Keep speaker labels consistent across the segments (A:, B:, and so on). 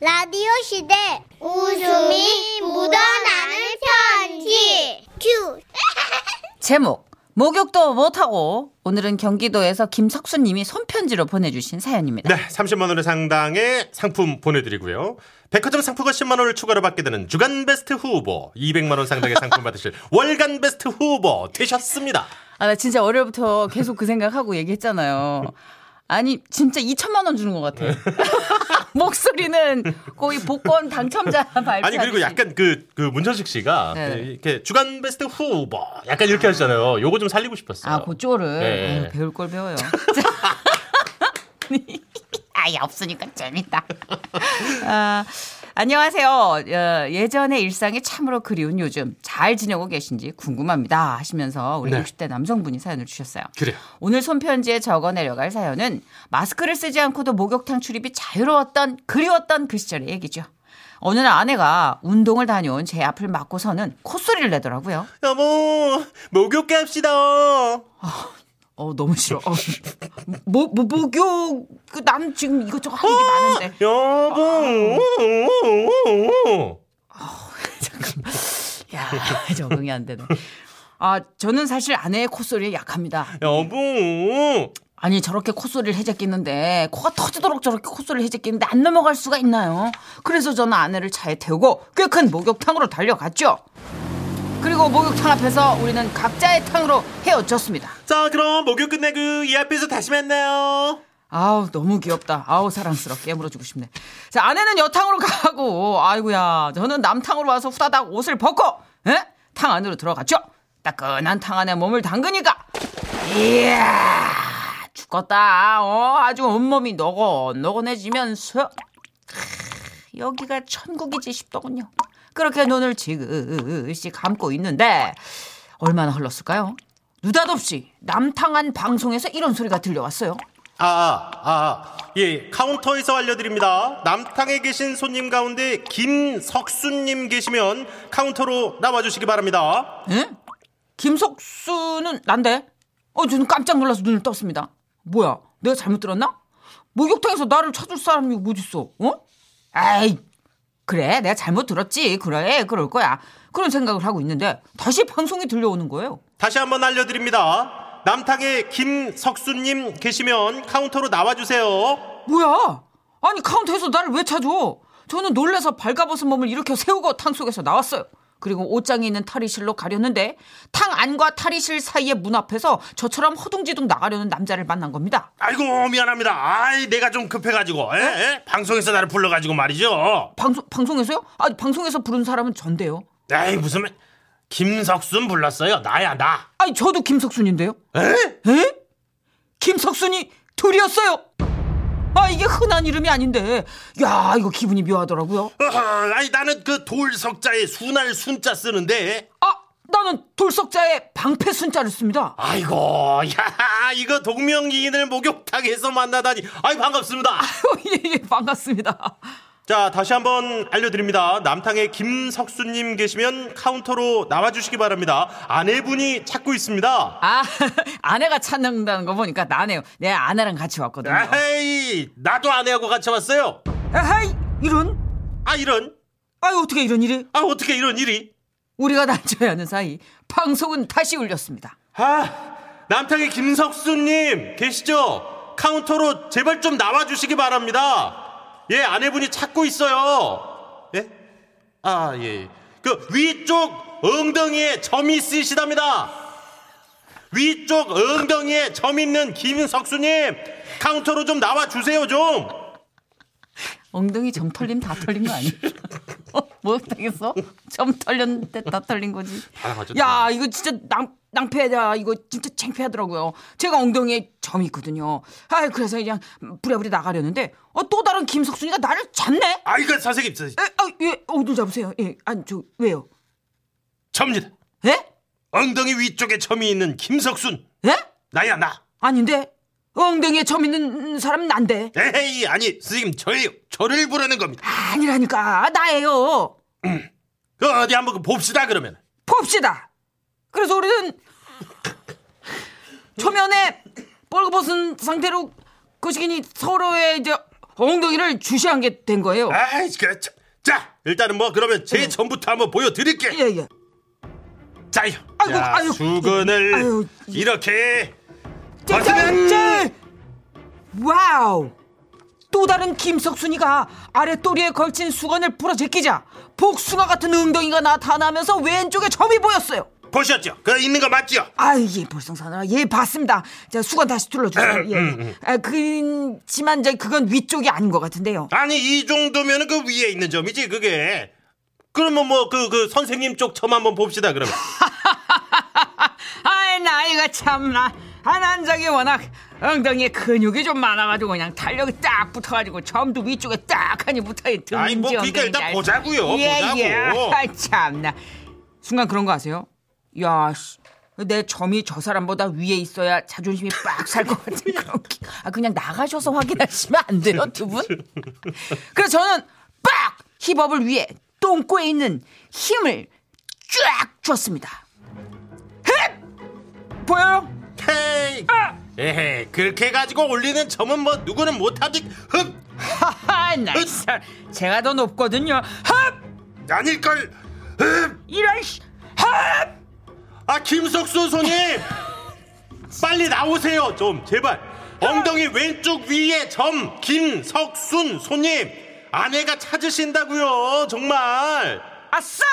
A: 라디오 시대 웃음이 묻어나는 편지 큐
B: 제목 목욕도 못하고 오늘은 경기도에서 김석수님이 손편지로 보내주신 사연입니다.
C: 네, 30만 원의 상당의 상품 보내드리고요. 백화점 상품권 10만 원을 추가로 받게 되는 주간 베스트 후보, 200만 원 상당의 상품 받으실 월간 베스트 후보 되셨습니다.
B: 아 나 진짜 월요일부터 계속 그 생각하고 얘기했잖아요. 아니 진짜 2천만 원 주는 것 같아.
C: 네.
B: 목소리는 거의 복권 당첨자 발표.
C: 아니 그리고 약간 그, 그 문천식 씨가 그
B: 네.
C: 이렇게 주간 베스트 후보 약간 이렇게 하시잖아요. 요거 좀 살리고 싶었어요.
B: 아 고조를
C: 네.
B: 아유, 배울 걸 배워요. 아니, 아예 없으니까 재밌다. 아, 안녕하세요. 어, 예전의 일상이 참으로 그리운 요즘 잘 지내고 계신지 궁금합니다 하시면서 우리
C: 네.
B: 60대 남성분이 사연을 주셨어요.
C: 그래요.
B: 오늘 손편지에 적어 내려갈 사연은 마스크를 쓰지 않고도 목욕탕 출입이 자유로웠던 그리웠던 그 시절의 얘기죠. 어느 날 아내가 운동을 다녀온 제 앞을 막고서는 콧소리를 내더라고요.
C: 여보, 목욕 갑시다.
B: 어 너무 싫어. 어. 뭐, 뭐 목욕 그남 지금 이것저것 하는 게 많은데
C: 여보.
B: 야 적응이 안 되네. 아 저는 사실 아내의 콧소리에 약합니다.
C: 여보.
B: 아니 저렇게 콧소리를 해제끼는데 코가 터지도록 저렇게 콧소리를 해제끼는데 안 넘어갈 수가 있나요? 그래서 저는 아내를 차에 태우고 꽤 큰 목욕탕으로 달려갔죠. 그리고 목욕탕 앞에서 우리는 각자의 탕으로 헤어졌습니다.
C: 자, 그럼 목욕 끝내고 이 앞에서 다시 만나요.
B: 아우 너무 귀엽다. 아우 사랑스럽. 깨물어주고 싶네. 자 아내는 여탕으로 가고 아이고야 저는 남탕으로 와서 후다닥 옷을 벗고 예? 탕 안으로 들어갔죠. 따끈한 탕 안에 몸을 담그니까 이야 죽었다. 어 아주 온몸이 노곤노곤해지면서 크, 여기가 천국이지 싶더군요. 그렇게 눈을 지그시 감고 있는데 얼마나 흘렀을까요? 느닷없이 남탕한 방송에서 이런 소리가 들려왔어요.
C: 아, 아, 아, 아. 예, 카운터에서 알려드립니다. 남탕에 계신 손님 가운데 김석수님 계시면 카운터로 나와주시기 바랍니다.
B: 예? 김석수는 난데? 어, 저는 깜짝 놀라서 눈을 떴습니다. 뭐야, 내가 잘못 들었나? 목욕탕에서 나를 찾을 사람이 어딨어, 어? 에이, 그래, 내가 잘못 들었지. 그래, 그럴 거야. 그런 생각을 하고 있는데, 다시 방송이 들려오는 거예요.
C: 다시 한번 알려드립니다. 남탕에 김석수님 계시면 카운터로 나와주세요.
B: 뭐야? 아니, 카운터에서 나를 왜 찾아? 저는 놀라서 발가벗은 몸을 일으켜 세우고 탕 속에서 나왔어요. 그리고 옷장에 있는 탈의실로 가려는데, 탕 안과 탈의실 사이의 문 앞에서 저처럼 허둥지둥 나가려는 남자를 만난 겁니다.
C: 아이고, 미안합니다. 아이, 내가 좀 급해가지고, 에? 에? 방송에서 나를 불러가지고 말이죠.
B: 방송 방송에서요? 아 방송에서 부른 사람은 전데요.
C: 에이, 무슨, 말- 김석순 불렀어요. 나야, 나.
B: 아니 저도 김석순인데요.
C: 에?
B: 에? 김석순이 둘이었어요. 아 이게 흔한 이름이 아닌데, 야 이거 기분이 묘하더라고요.
C: 어허, 아니, 나는 그 돌석자에 순할 순자 쓰는데,
B: 아 나는 돌석자의 방패 순자를 씁니다.
C: 아이고, 야, 이거 동명이인을 목욕탕에서 만나다니. 아이, 반갑습니다.
B: 예, 예, 반갑습니다.
C: 자, 다시 한번 알려드립니다. 남탕에 김석수님 계시면 카운터로 나와주시기 바랍니다. 아내분이 찾고 있습니다.
B: 아 아내가 찾는다는 거 보니까 나네요. 내 아내랑 같이 왔거든요.
C: 에이, 나도 아내하고 같이 왔어요.
B: 에헤이 이런.
C: 아, 이런.
B: 아유 어떻게 이런 일이?
C: 아, 어떻게 이런 일이.
B: 우리가 단절해야 하는 사이 방송은 다시 울렸습니다.
C: 아, 남탕에 김석수님 계시죠? 카운터로 제발 좀 나와주시기 바랍니다. 예, 아내분이 찾고 있어요. 예? 아, 예. 그 위쪽 엉덩이에 점이 있으시답니다. 위쪽 엉덩이에 점 있는 김석수님 카운터로 좀 나와주세요 좀.
B: 엉덩이 점 털림 다 털린 거 아니야? 뭐 당했어? 점 털렸는데 다 털린 거지.
C: 아, 맞아.
B: 야 이거 진짜 낭 낭패다 이거 진짜 창피하더라고요. 제가 엉덩이에 점이 있거든요. 아 그래서 그냥 부랴부랴 나가려는데 어, 또 다른 김석순이가 나를 잡네.
C: 아, 이거 선생님 저,
B: 에, 아, 예, 어, 눈 잡으세요. 예, 아니 저 왜요?
C: 점입니다.
B: 예?
C: 엉덩이 위쪽에 점이 있는 김석순
B: 예?
C: 나야 나.
B: 아닌데 엉덩이에 점 있는 사람은 난데
C: 에이 아니 선생님 저예요. 저를 부르는 겁니다.
B: 아니라니까 나예요.
C: 그 어디 한번 그 봅시다 그러면.
B: 봅시다. 그래서 우리는 초면에 뻘거벗은 상태로 거시기니 그 서로의 이제 엉덩이를 주시한 게 된 거예요.
C: 아이, 그, 자, 자, 일단은 뭐 그러면 제 전부터 한번 보여드릴게.
B: 네. 예, 예.
C: 자요.
B: 아이고,
C: 자,
B: 아유.
C: 수건을
B: 아유.
C: 이렇게
B: 짠, 짠, 짠! 와우! 또 다른 김석순이가 아랫도리에 걸친 수건을 풀어 제끼자 복숭아 같은 웅덩이가 나타나면서 왼쪽에 점이 보였어요.
C: 보셨죠? 그 있는 거 맞죠?
B: 아유, 예, 불성사나라. 예, 봤습니다. 자, 수건 다시 둘러주세요. 예, 예. 아, 그지만 저 그건 위쪽이 아닌 것 같은데요.
C: 아니 이 정도면은 그 위에 있는 점이지 그게. 그러면 뭐 그 그 선생님 쪽 점 한번 봅시다 그러면.
B: 아이, 나이가 참나. 한 한적이 워낙 엉덩이에 근육이 좀 많아가지고 그냥 탄력이 딱 붙어가지고 점도 위쪽에 딱하니 붙어있던
C: 아이 뭐 그러니까 일단 보자고요. 보자고.
B: 예, 예. 아, 참나. 순간 그런 거 아세요? 야, 씨. 내 점이 저 사람보다 위에 있어야 자존심이 빡 살 것 같은 그런 기... 아, 그냥 나가셔서 확인하시면 안 돼요, 두 분? 그래서 저는 빡! 힙업을 위해 똥꼬에 있는 힘을 쫙 줬습니다. 힙! 보여요?
C: 헤이.
B: 아!
C: 에헤 그렇게 가지고 올리는 점은 뭐 누구는 못하지 흡
B: 하하, 나이스. 제가 더 높거든요. 힙!
C: 아닐걸 흡아
B: 이런 씨. 힙!
C: 아, 김석수 손님 빨리 나오세요 좀 제발 엉덩이 왼쪽 위에 점 김석순 손님 아내가 찾으신다고요 정말
B: 아싸!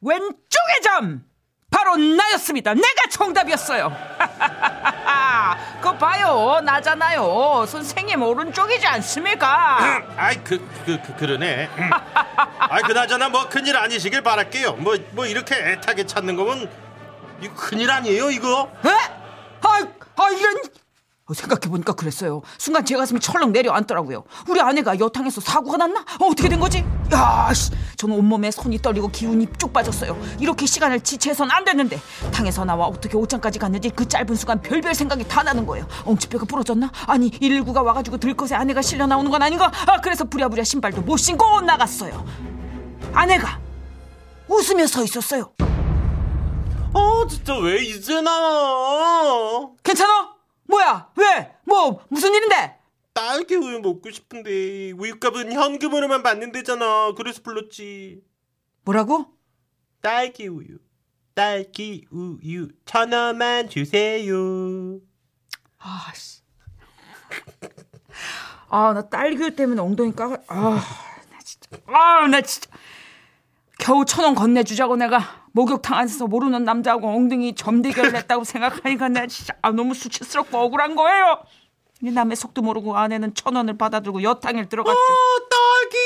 B: 왼쪽의 점! 바로 나였습니다. 내가 정답이었어요. 그거 봐요. 나잖아요. 선생님 오른쪽이지 않습니까?
C: 아이 그, 그, 그 그러네 음. 아이 그나저나 뭐 큰일 아니시길 바랄게요 뭐 뭐 이렇게 애타게 찾는 거면 이 큰일 아니에요 이거
B: 에? 아, 아 이런... 어, 생각해보니까 그랬어요. 순간 제 가슴이 철렁 내려앉더라고요. 우리 아내가 여탕에서 사고가 났나? 어, 어떻게 된 거지? 야, 씨. 저는 온몸에 손이 떨리고 기운이 쭉 빠졌어요. 이렇게 시간을 지체해선 안 됐는데. 탕에서 나와 어떻게 옷장까지 갔는지 그 짧은 순간 별별 생각이 다 나는 거예요. 엉치뼈가 부러졌나? 아니, 119가 와가지고 들것에 아내가 실려 나오는 건 아닌가? 아, 그래서 부랴부랴 신발도 못 신고 나갔어요. 아내가 웃으며 서 있었어요.
C: 어 진짜 왜 이제 나와
B: 괜찮아? 뭐야? 왜? 뭐 무슨 일인데?
C: 딸기 우유 먹고 싶은데 우유값은 현금으로만 받는 데잖아 그래서 불렀지
B: 뭐라고?
C: 딸기 우유 딸기 우유 천 원만 주세요
B: 아씨. 아, 나 딸기 때문에 엉덩이 까가. 아, 나 진짜. 아, 나 진짜. 겨우 천 원 건네주자고 내가 목욕탕 안에서 모르는 남자하고 엉덩이 점대결을 했다고 생각하니까 나 진짜 아, 너무 수치스럽고 억울한 거예요. 이 남의 속도 모르고 아내는 천 원을 받아들고 여탕을 들어갔죠.
C: 딸기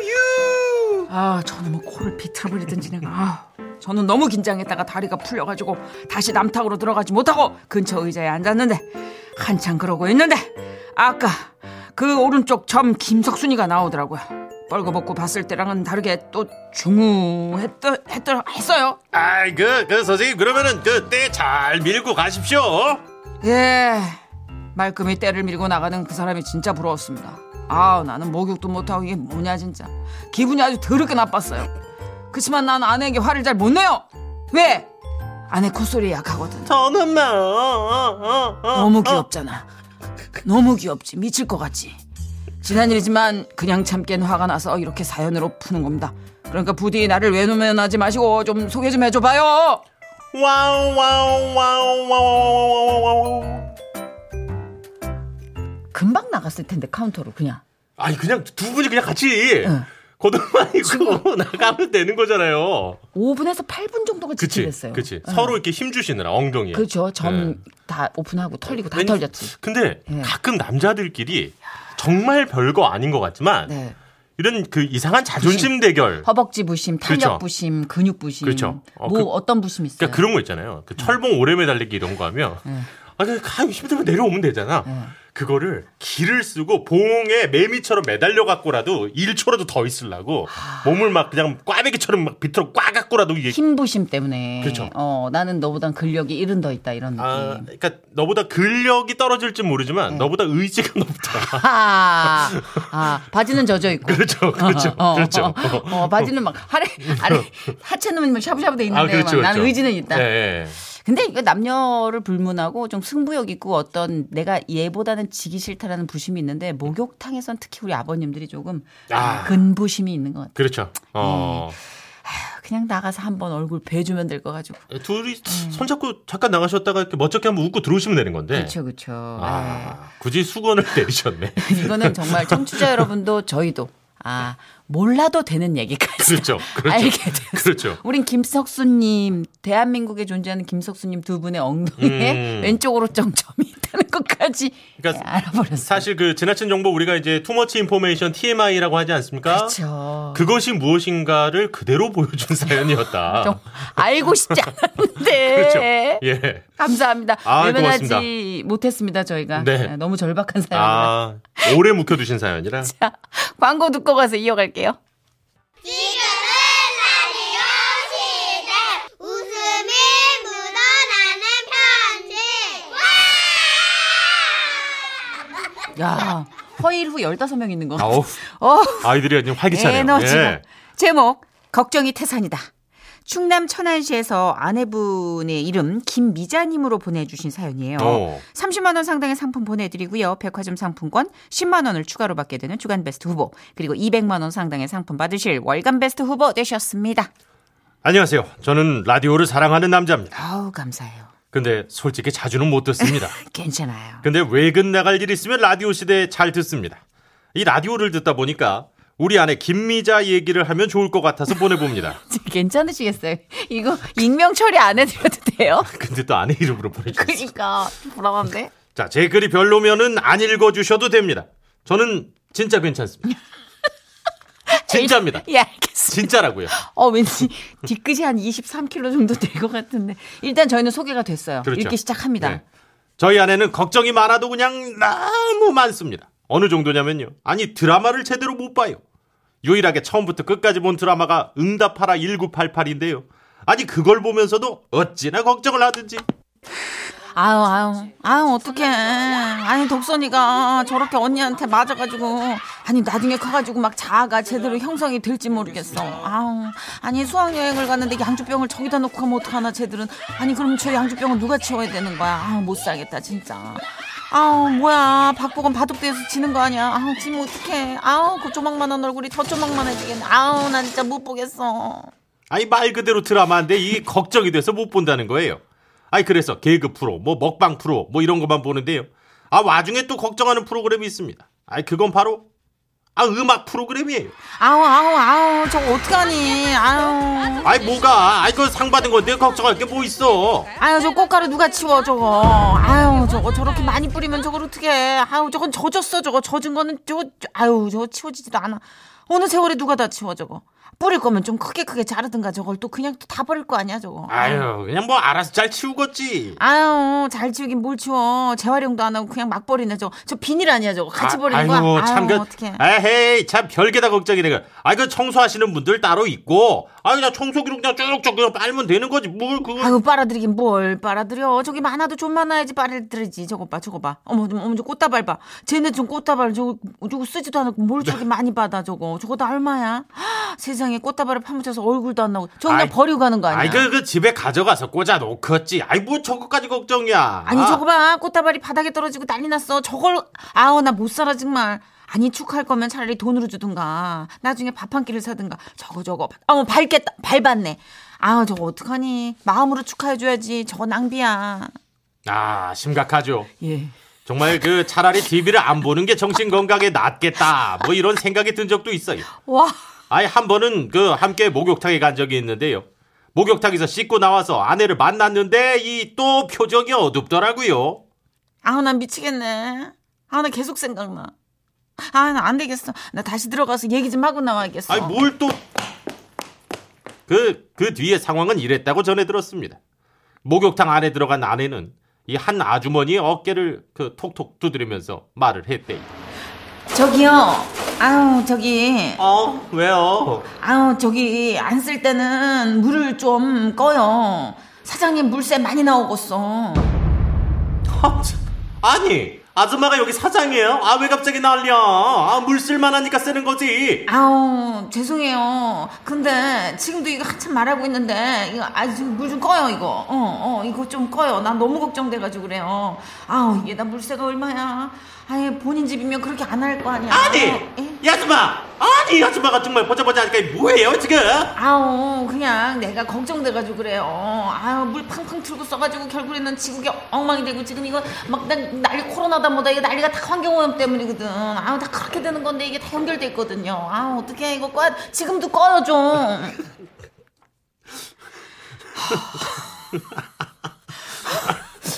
C: 우유
B: 아, 저는 뭐 코를 비틀어버리든지 내가. 아, 저는 너무 긴장했다가 다리가 풀려가지고 다시 남탕으로 들어가지 못하고 근처 의자에 앉았는데 한참 그러고 있는데 아까 그 오른쪽 점 김석순이가 나오더라고요. 뻘거벗고 봤을 때랑은 다르게 또 중후했더 했더 했어요.
C: 아이 그, 그 선생님 그러면은 그때 잘 밀고 가십시오
B: 예. 말끔히 때를 밀고 나가는 그 사람이 진짜 부러웠습니다. 아, 나는 목욕도 못하고 이게 뭐냐 진짜. 기분이 아주 더럽게 나빴어요. 그치만 난 아내에게 화를 잘 못 내요. 왜? 아내 콧소리 약하거든.
C: 천 원만 어, 어, 어,
B: 너무
C: 어.
B: 귀엽잖아. 너무 귀엽지. 미칠 것 같지. 지난 일이지만 그냥 참기엔 화가 나서 이렇게 사연으로 푸는 겁니다. 그러니까 부디 나를 외면하지 마시고 좀 소개 좀 해줘봐요.
C: 와우 와우 와우 와우 와우 와우 와우
B: 금방 나갔을 텐데 카운터로 그냥.
C: 아니 그냥 두 분이 그냥 같이
B: 응.
C: 고등만 입고 나가면 되는 거잖아요
B: 5분에서 8분 정도가
C: 그치
B: 지체됐어요.
C: 그치
B: 예.
C: 서로 이렇게 힘 주시느라 엉덩이에
B: 그렇죠.
C: 예.
B: 점 다 오픈하고 털리고 다
C: 왠지-
B: 털렸지.
C: 근데
B: 예.
C: 가끔 남자들끼리 정말 별거 아닌 것 같지만
B: 네. 음.
C: 이런 그 이상한 자존심 대결
B: 허벅지 부심, 탄력
C: 그렇죠.
B: 부심, 근육 부심.
C: 그렇죠. 어,
B: 뭐
C: 그-
B: 어떤 부심 있어요?
C: 그러니까 그런 거 있잖아요. 그 철봉 오래 매달리기 이런 거 하면
B: 네.
C: 아 그냥 가면 힘들면 내려오면 되잖아. 그거를 길을 쓰고 봉에 매미처럼 매달려 갖고라도 1초라도 더 있으려고 몸을 막 그냥 꽈배기처럼 막 비틀어 꽈 갖고라도 이게
B: 아. 힘 부심 때문에.
C: 그렇죠.
B: 어, 나는 너보단 근력이 이른 더 있다 이런 느낌.
C: 아, 그러니까 너보다 근력이 떨어질지
B: 네.
C: 모르지만 너보다 의지가 높다.
B: 아, 아, 바지는 젖어 있고.
C: 그렇죠, 그렇죠,
B: 어, 어,
C: 그렇죠.
B: 어, 어, 바지는 막 아래 아래 하체는 막 샤브샤브 돼 있는데
C: 아, 그렇죠,
B: 막 나는
C: 그렇죠.
B: 의지는 있다.
C: 예, 예.
B: 근데 이거 남녀를 불문하고 좀 승부욕 있고 어떤 내가 얘보다는 지기 싫다라는 부심이 있는데 목욕탕에선 특히 우리 아버님들이 조금
C: 아.
B: 근부심이 있는 것 같아요.
C: 그렇죠. 어.
B: 그냥 나가서 한번 얼굴 배주면 될 거 가지고.
C: 음. 둘이 손잡고 잠깐 나가셨다가 이렇게 멋쩍게 한번 웃고 들어오시면 되는 건데.
B: 그렇죠, 그렇죠.
C: 아, 굳이 수건을 때리셨네.
B: 이거는 정말 청취자 여러분도 저희도 아 몰라도 되는 얘기까지
C: 그렇죠. 그렇죠.
B: 알게 됐어요.
C: 그렇죠.
B: 우린 김석수님 대한민국에 존재하는 김석수님 두 분의 엉덩이에
C: 음.
B: 왼쪽으로 정점이 있다는 것까지
C: 그러니까
B: 예, 알아버렸어요.
C: 사실 그 지나친 정보 우리가 이제 투머치 인포메이션 TMI라고 하지 않습니까?
B: 그렇죠.
C: 것이 무엇인가를 그대로 보여준 사연이었다.
B: 좀 알고 싶지 않았는데
C: 그렇죠. 예.
B: 감사합니다.
C: 아,
B: 외면하지
C: 고맙습니다.
B: 못했습니다 저희가
C: 네.
B: 네, 너무 절박한 사연이라
C: 아, 오래 묵혀두신 사연이라.
B: 광고 듣고 가서 이어갈게요.
A: 지금은 라디오 시대 웃음이 묻어나는 편지
B: 야 허일 후 15명 있는 거.
C: 아우,
B: 어.
C: 아이들이 아주 활기차네요.
B: 에너지가.
C: 예.
B: 제목 걱정이 태산이다. 충남 천안시에서 아내분의 이름 김미자님으로 보내주신 사연이에요.
C: 어.
B: 30만 원 상당의 상품 보내드리고요. 백화점 상품권 10만 원을 추가로 받게 되는 주간 베스트 후보 그리고 200만 원 상당의 상품 받으실 월간 베스트 후보 되셨습니다.
C: 안녕하세요. 저는 라디오를 사랑하는 남자입니다.
B: 아우 감사해요.
C: 근데 솔직히 자주는 못 듣습니다.
B: 괜찮아요.
C: 근데 외근 나갈 일 있으면 라디오 시대에 잘 듣습니다. 이 라디오를 듣다 보니까 우리 아내 김미자 얘기를 하면 좋을 것 같아서 보내봅니다.
B: 괜찮으시겠어요? 이거 익명 처리 안 해드려도 돼요?
C: 근데 또 아내 이름으로 보내주셨어요.
B: 그러니까 좀 불안한데.
C: 자, 제 글이 별로면은 안 읽어주셔도 됩니다. 저는 진짜 괜찮습니다.
D: 아,
C: 진짜입니다.
B: 예 알겠습니다.
C: 진짜라고요.
B: 어, 왠지 뒤끝이 한 23kg 정도 될 것 같은데. 일단 저희는 소개가 됐어요.
C: 그렇죠.
B: 읽기 시작합니다.
C: 네. 저희 아내는 걱정이 많아도 그냥 너무 많습니다. 어느 정도냐면요. 아니 드라마를 제대로 못 봐요. 유일하게 처음부터 끝까지 본 드라마가 응답하라 1988인데요. 아니 그걸 보면서도 어찌나 걱정을 하든지.
B: 아유, 아유, 아유, 어떡해.
C: 네.
B: 아니, 음, 독선이가 저렇게 언니한테 맞아가지고. 아니, 나중에 커가지고 막 자아가 제대로 형성이 될지 모르겠어. 아유, 아니, 수학여행을 갔는데 양주병을 저기다 놓고 가면 어떡하나, 쟤들은. 아니, 그럼 저 양주병은 누가 치워야 되는 거야? 아유, 못 살겠다, 진짜. 아우 뭐야 박보검 바둑대에서 지는 거 아니야 아우 지금 어떡해 아우 그 조망만한 얼굴이 더 조망만해지겠네 아우 난 진짜 못 보겠어
C: 아니 말 그대로 드라마인데 이 걱정이 돼서 못 본다는 거예요. 아니 그래서 개그 프로, 뭐 먹방 프로, 뭐 이런 것만 보는데요. 아 와중에 또 걱정하는 프로그램이 있습니다. 아니 그건 바로 아 음악 프로그램이에요.
B: 아우 아우 아우 저거 어떡하니 아우
C: 아이 뭐가? 아이 그거 상 받은 건데 걱정할 게 뭐 있어?
B: 아유 저 꽃가루 누가 치워 저거 아유 저거 저렇게 많이 뿌리면 저걸 어떡해 아유 저건 젖었어 저거 젖은 거는 저거 저- 아유 저거 치워지지도 않아 어느 세월에 누가 다 치워 저거 뿌릴 거면 좀 크게 크게 자르든가 저걸 또 그냥 또 다 버릴 거 아니야 저거
C: 아유 그냥 뭐 알아서 잘 치우겠지.
B: 아유 잘 치우긴 뭘 치워 재활용도 안 하고 그냥 막 버리네 저거 저 비닐 아니야 저거 같이 버리는 거야
C: 아유
B: 아유
C: 참그
B: 어떡해
C: 에헤이 참 별개다 걱정이 내가. 아이 그 청소하시는 분들 따로 있고. 아유 나 청소기로 그냥 쭉쭉 그냥 빨면 되는 거지 뭘 그거.
B: 아유 빨아들이긴 뭘 빨아들여 저기 많아도 좀 많아야지 빨아들이지 저거 봐 저거 봐 어머 좀 어머 저 꽃다발 봐 쟤네 좀 꽃다발 저거 저거 쓰지도 않고 뭘 저기 많이 받아 저거 저거 다 얼마야 헉, 세상에 꽃다발을 파묻혀서 얼굴도 안 나고 저거 그냥
C: 아이,
B: 버리고 가는 거 아니야
C: 아이 그, 그 집에 가져가서 꽂아 놓겠지. 아이 뭐 저거까지 걱정이야.
B: 아니 저거 봐 꽃다발이 바닥에 떨어지고 난리 났어 저걸 아우 나 못 살아 정말 아니 축하할 거면 차라리 돈으로 주든가 나중에 밥 한 끼를 사든가 저거 저거 어머 밟겠다 밟았네 아우 저거 어떡하니 마음으로 축하해줘야지 저거 낭비야
C: 아 심각하죠.
B: 예
C: 정말 그 차라리 TV를 안 보는 게 정신 건강에 낫겠다. 뭐 이런 생각이 든 적도 있어요.
B: 와.
C: 아니 한 번은 그 함께 목욕탕에 간 적이 있는데요. 목욕탕에서 씻고 나와서 아내를 만났는데 이 또 표정이 어둡더라고요.
B: 아우 난 미치겠네. 아우 나 계속 생각나. 아 나 안 되겠어. 나 다시 들어가서 얘기 좀 하고 나와야겠어.
C: 아니 뭐- 뭘 또 그, 그 뒤에 상황은 이랬다고 전해 들었습니다. 목욕탕 안에 들어간 아내는 이 한 아주머니의 어깨를 그 톡톡 두드리면서 말을 했대요.
B: 저기요. 아우 저기.
C: 어? 왜요?
B: 아우 저기 안 쓸 때는 물을 좀 꺼요. 사장님 물세 많이 나오겠어.
C: 아니, 아줌마가 여기 사장이에요? 아, 왜 갑자기 난리야? 아, 물 쓸만하니까 쓰는 거지.
B: 아우 죄송해요. 근데 지금도 이거 한참 말하고 있는데 이거 아주 물 좀 꺼요 이거. 어 어 이거 좀 꺼요. 난 너무 걱정돼가지고 그래요. 아우 얘나 물세가 얼마야? 아예 본인 집이면 그렇게 안 할 거 아니야.
C: 아니!
B: 어, 예?
C: 이 아줌마! 아니, 이 아줌마가 정말 보자보자 하니까 이게 뭐예요, 지금?
B: 아우 어, 그냥 내가 걱정돼가지고 그래요. 어, 아유 물 팡팡 틀고 써가지고 결국에는 지구가 엉망이 되고 지금 이거 막 난- 난리 코로나다 뭐다 이게 난리가 다 환경오염 때문이거든. 아우 다 그렇게 되는 건데 이게 다 연결돼 있거든요. 아우 어떻게 이거 꺼 지금도 꺼요 좀.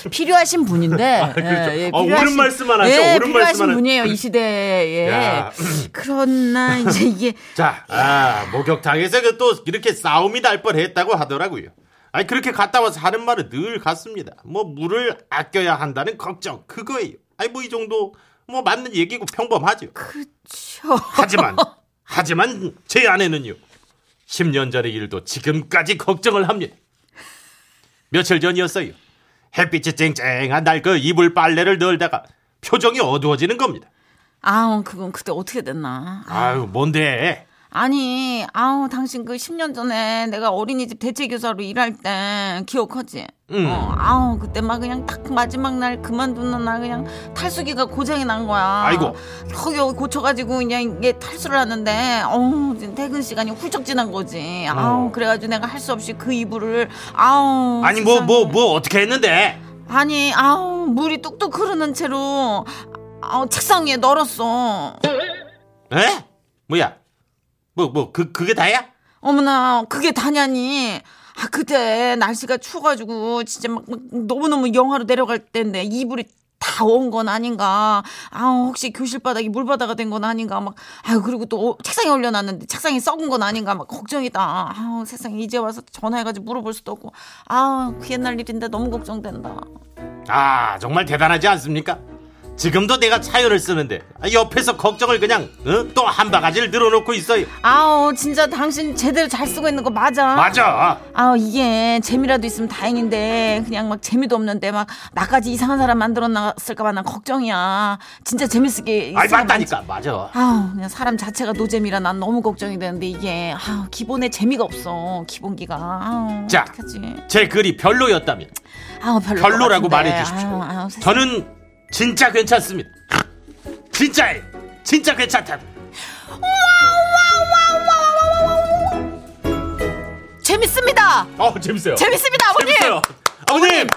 D: 필요하신 분인데
C: 그렇죠.
D: 예, 예,
C: 아, 옳은 말씀만 하죠.
D: 예,
C: 옳은
D: 필요하신
C: 말씀만 하-
D: 분이에요 이 시대에 예.
C: 야.
D: 그러나 이제 이게
C: 자, 아, 목욕탕에서 그 또 이렇게 싸움이 날 뻔했다고 하더라고요. 아니, 그렇게 갔다 와서 하는 말은 늘 같습니다. 뭐, 물을 아껴야 한다는 걱정, 그거예요. 아니, 뭐, 이 정도, 뭐, 맞는 얘기고 평범하죠.
D: 그쵸
C: 하지만 하지만 제 아내는요. 10년 전의 일도 지금까지 걱정을 합니다. 며칠 전이었어요. 햇빛이 쨍쨍한 날 그 이불 빨래를 널다가 표정이 어두워지는 겁니다.
D: 아우 그건 그때 어떻게 됐나
C: 아유 뭔데?
D: 아니 아우 당신 그 10년 전에 내가 어린이집 대체교사로 일할 때 기억하지
C: 음.
D: 어, 아우 그때 막 그냥 딱 마지막 날 그만두는 날 그냥 탈수기가 고장이 난 거야
C: 아이고.
D: 겨우 고쳐가지고 그냥 이게 탈수를 하는데 어우 이제 퇴근 시간이 훌쩍 지난 거지 아우
C: 어.
D: 그래가지고 내가 할 수 없이 그 이불을 아우
C: 아니 뭐 뭐 뭐
D: 어, 세상에.
C: 어떻게 했는데?
D: 아니 아우 물이 뚝뚝 흐르는 채로 아우 책상 위에 널었어
C: 에? 뭐야? 뭐 뭐 그 그게 다야?
D: 어머나 그게 다냐니 아 그때 날씨가 추워가지고 진짜 막, 막 너무너무 영하로 내려갈 때인데 이불이 다 온 건 아닌가 아 혹시 교실 바닥이 물바다가 된 건 아닌가 막 아유 그리고 또 어, 책상에 올려놨는데 책상이 썩은 건 아닌가 막 걱정이다 아우 세상에 이제 와서 전화해가지고 물어볼 수도 없고 아우 그 옛날 일인데 너무 걱정된다
C: 아 정말 대단하지 않습니까? 지금도 내가 사연을 쓰는데 아, 옆에서 걱정을 그냥 어? 또 한 바가지를 늘어놓고 있어요.
D: 아우 진짜 당신 제대로 잘 쓰고 있는 거 맞아
C: 맞아.
D: 아 이게 재미라도 있으면 다행인데 그냥 막 재미도 없는데 막 나까지 이상한 사람 만들어 놨을까봐 난 걱정이야. 진짜 재밌게.
C: 아니 맞다니까 맞아.
D: 아 그냥 사람 자체가 노잼이라 난 너무 걱정이 되는데 이게 아 기본에 재미가 없어 기본기가. 아우,
C: 자.
D: 어떡하지?
C: 제 글이 별로였다면
D: 아우 별로.
C: 별로라고 말해 주십시오.
D: 아우, 아우, 세상에.
C: 저는 진짜 괜찮습니다. 진짜예요. 진짜 괜찮다.
D: 재밌습니다.
C: 어 재밌어요.
D: 재밌습니다 아버님.
C: 재밌어요. 아버님.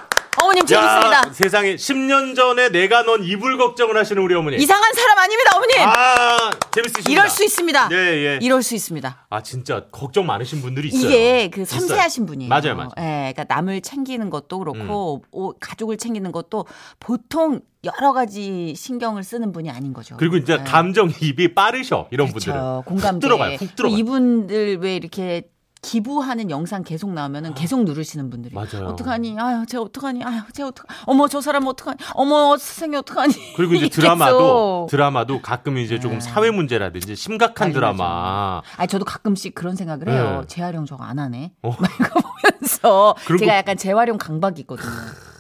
D: 어머님 재밌습니다.
C: 야, 세상에 10년 전에 내가 넌 이불 걱정을 하시는 우리 어머니.
D: 이상한 사람 아닙니다 어머님.
C: 아 재밌으십니다.
D: 이럴 수 있습니다.
C: 예 예.
D: 이럴 수 있습니다.
C: 아 진짜 걱정 많으신 분들이 있어요.
D: 이게 그
C: 있어요.
D: 섬세하신 분이에요.
C: 맞아요, 음. 맞아요.
D: 예, 그러니까 남을 챙기는 것도 그렇고 오, 가족을 챙기는 것도 보통 여러 가지 신경을 쓰는 분이 아닌 거죠.
C: 그리고 이제
D: 예.
C: 감정입이 빠르셔 이런 분들은.
D: 그렇죠. 공감대. 그
C: 훅 들어가요. 훅 들어가요.
D: 이분들 왜 이렇게 기부하는 영상 계속 나오면은 계속 누르시는 분들이
C: 맞아요.
D: 어떡하니? 아유, 쟤 어떡하니? 아유, 쟤 어떡? 어머, 저 사람 어떡하니? 어머, 세상에 어떡하니?
C: 그리고 이제
D: 계속.
C: 드라마도 드라마도 가끔 이제
D: 네.
C: 조금 사회 문제라든지 심각한
D: 난리
C: 드라마
D: 아, 저도 가끔씩 그런 생각을 해요.
C: 네.
D: 재활용 저거 안 하네.
C: 어.
D: 막 이거 보면서
C: 그리고-
D: 제가 약간 재활용 강박이 있거든요.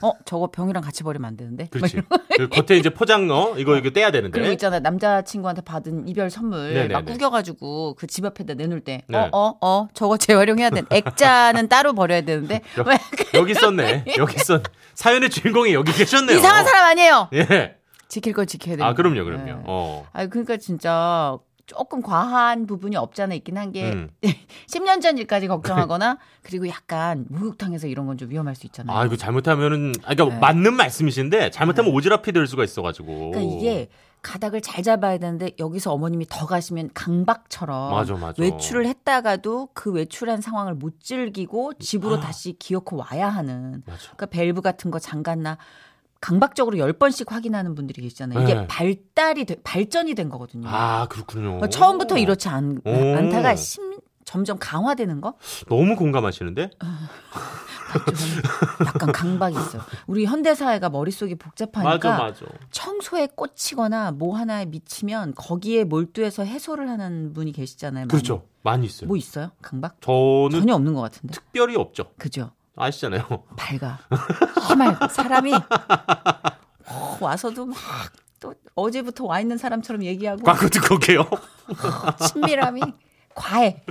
D: 어, 저거 병이랑 같이 버리면 안 되는데. 막
C: 그렇지. 그 겉에 이제 포장 어 이거 이거 떼야 되는데.
D: 뭐 그리고 있잖아 남자친구한테 받은 이별 선물
C: 네네네.
D: 막 구겨가지고 그 집 앞에다 내놓을 때 어 어
C: 네.
D: 어 저거 재활용해야 돼 액자는 따로 버려야 되는데
C: 여,
D: 왜
C: 여기 있었네. 여기 있었. 사연의 주인공이 여기 계셨네요.
D: 이상한 사람 네. 아니에요
C: 예.
D: 지킬 걸 지켜야 돼
C: 아 그럼요, 그럼요. 어.
D: 아 그러니까 진짜 조금 과한 부분이 없잖아 있긴 한 게
C: 음.
D: 10년 전 일까지 걱정하거나 그리고 약간 목욕탕에서 이런 건 좀 위험할 수 있잖아요
C: 아 이거 잘못하면은 아 그러니까
D: 음. 네.
C: 맞는 말씀이신데 잘못하면 오지랖이 될 수가 있어가지고.
D: 그러니까 이게 가닥을 잘 잡아야 되는데 여기서 어머님이 더 가시면 강박처럼
C: 맞아, 맞아.
D: 외출을 했다가도 그 외출한 상황을 못 즐기고 집으로 다시 기어코 와야 하는
C: 아. 맞아.
D: 그러니까 밸브 같은 거 잠갔나 강박적으로 열 번씩 확인하는 분들이 계시잖아요. 이게
C: 네.
D: 발달이 돼- 발전이 된 거거든요.
C: 아 그렇군요.
D: 그러니까 처음부터 이렇지 않,
C: 오.
D: 않다가 심- 점점 강화되는 거?
C: 너무 공감하시는데.
D: 좀 약간 강박이 있어요. 우리 현대 사회가 머릿속이 복잡하니까
C: 맞아, 맞아.
D: 청소에 꽂히거나 뭐 하나에 미치면 거기에 몰두해서 해소를 하는 분이 계시잖아요. 많이.
C: 그렇죠. 그 많이 있어요.
D: 뭐 있어요? 강박?
C: 저는
D: 전혀 없는 것 같은데.
C: 특별히 없죠.
D: 그죠?
C: 아시잖아요.
D: 밝아. 정말 사람이 어, 와서도 막 또 어제부터 와 있는 사람처럼 얘기하고
E: 광고 듣고 올게요.
D: 친밀함이 과해.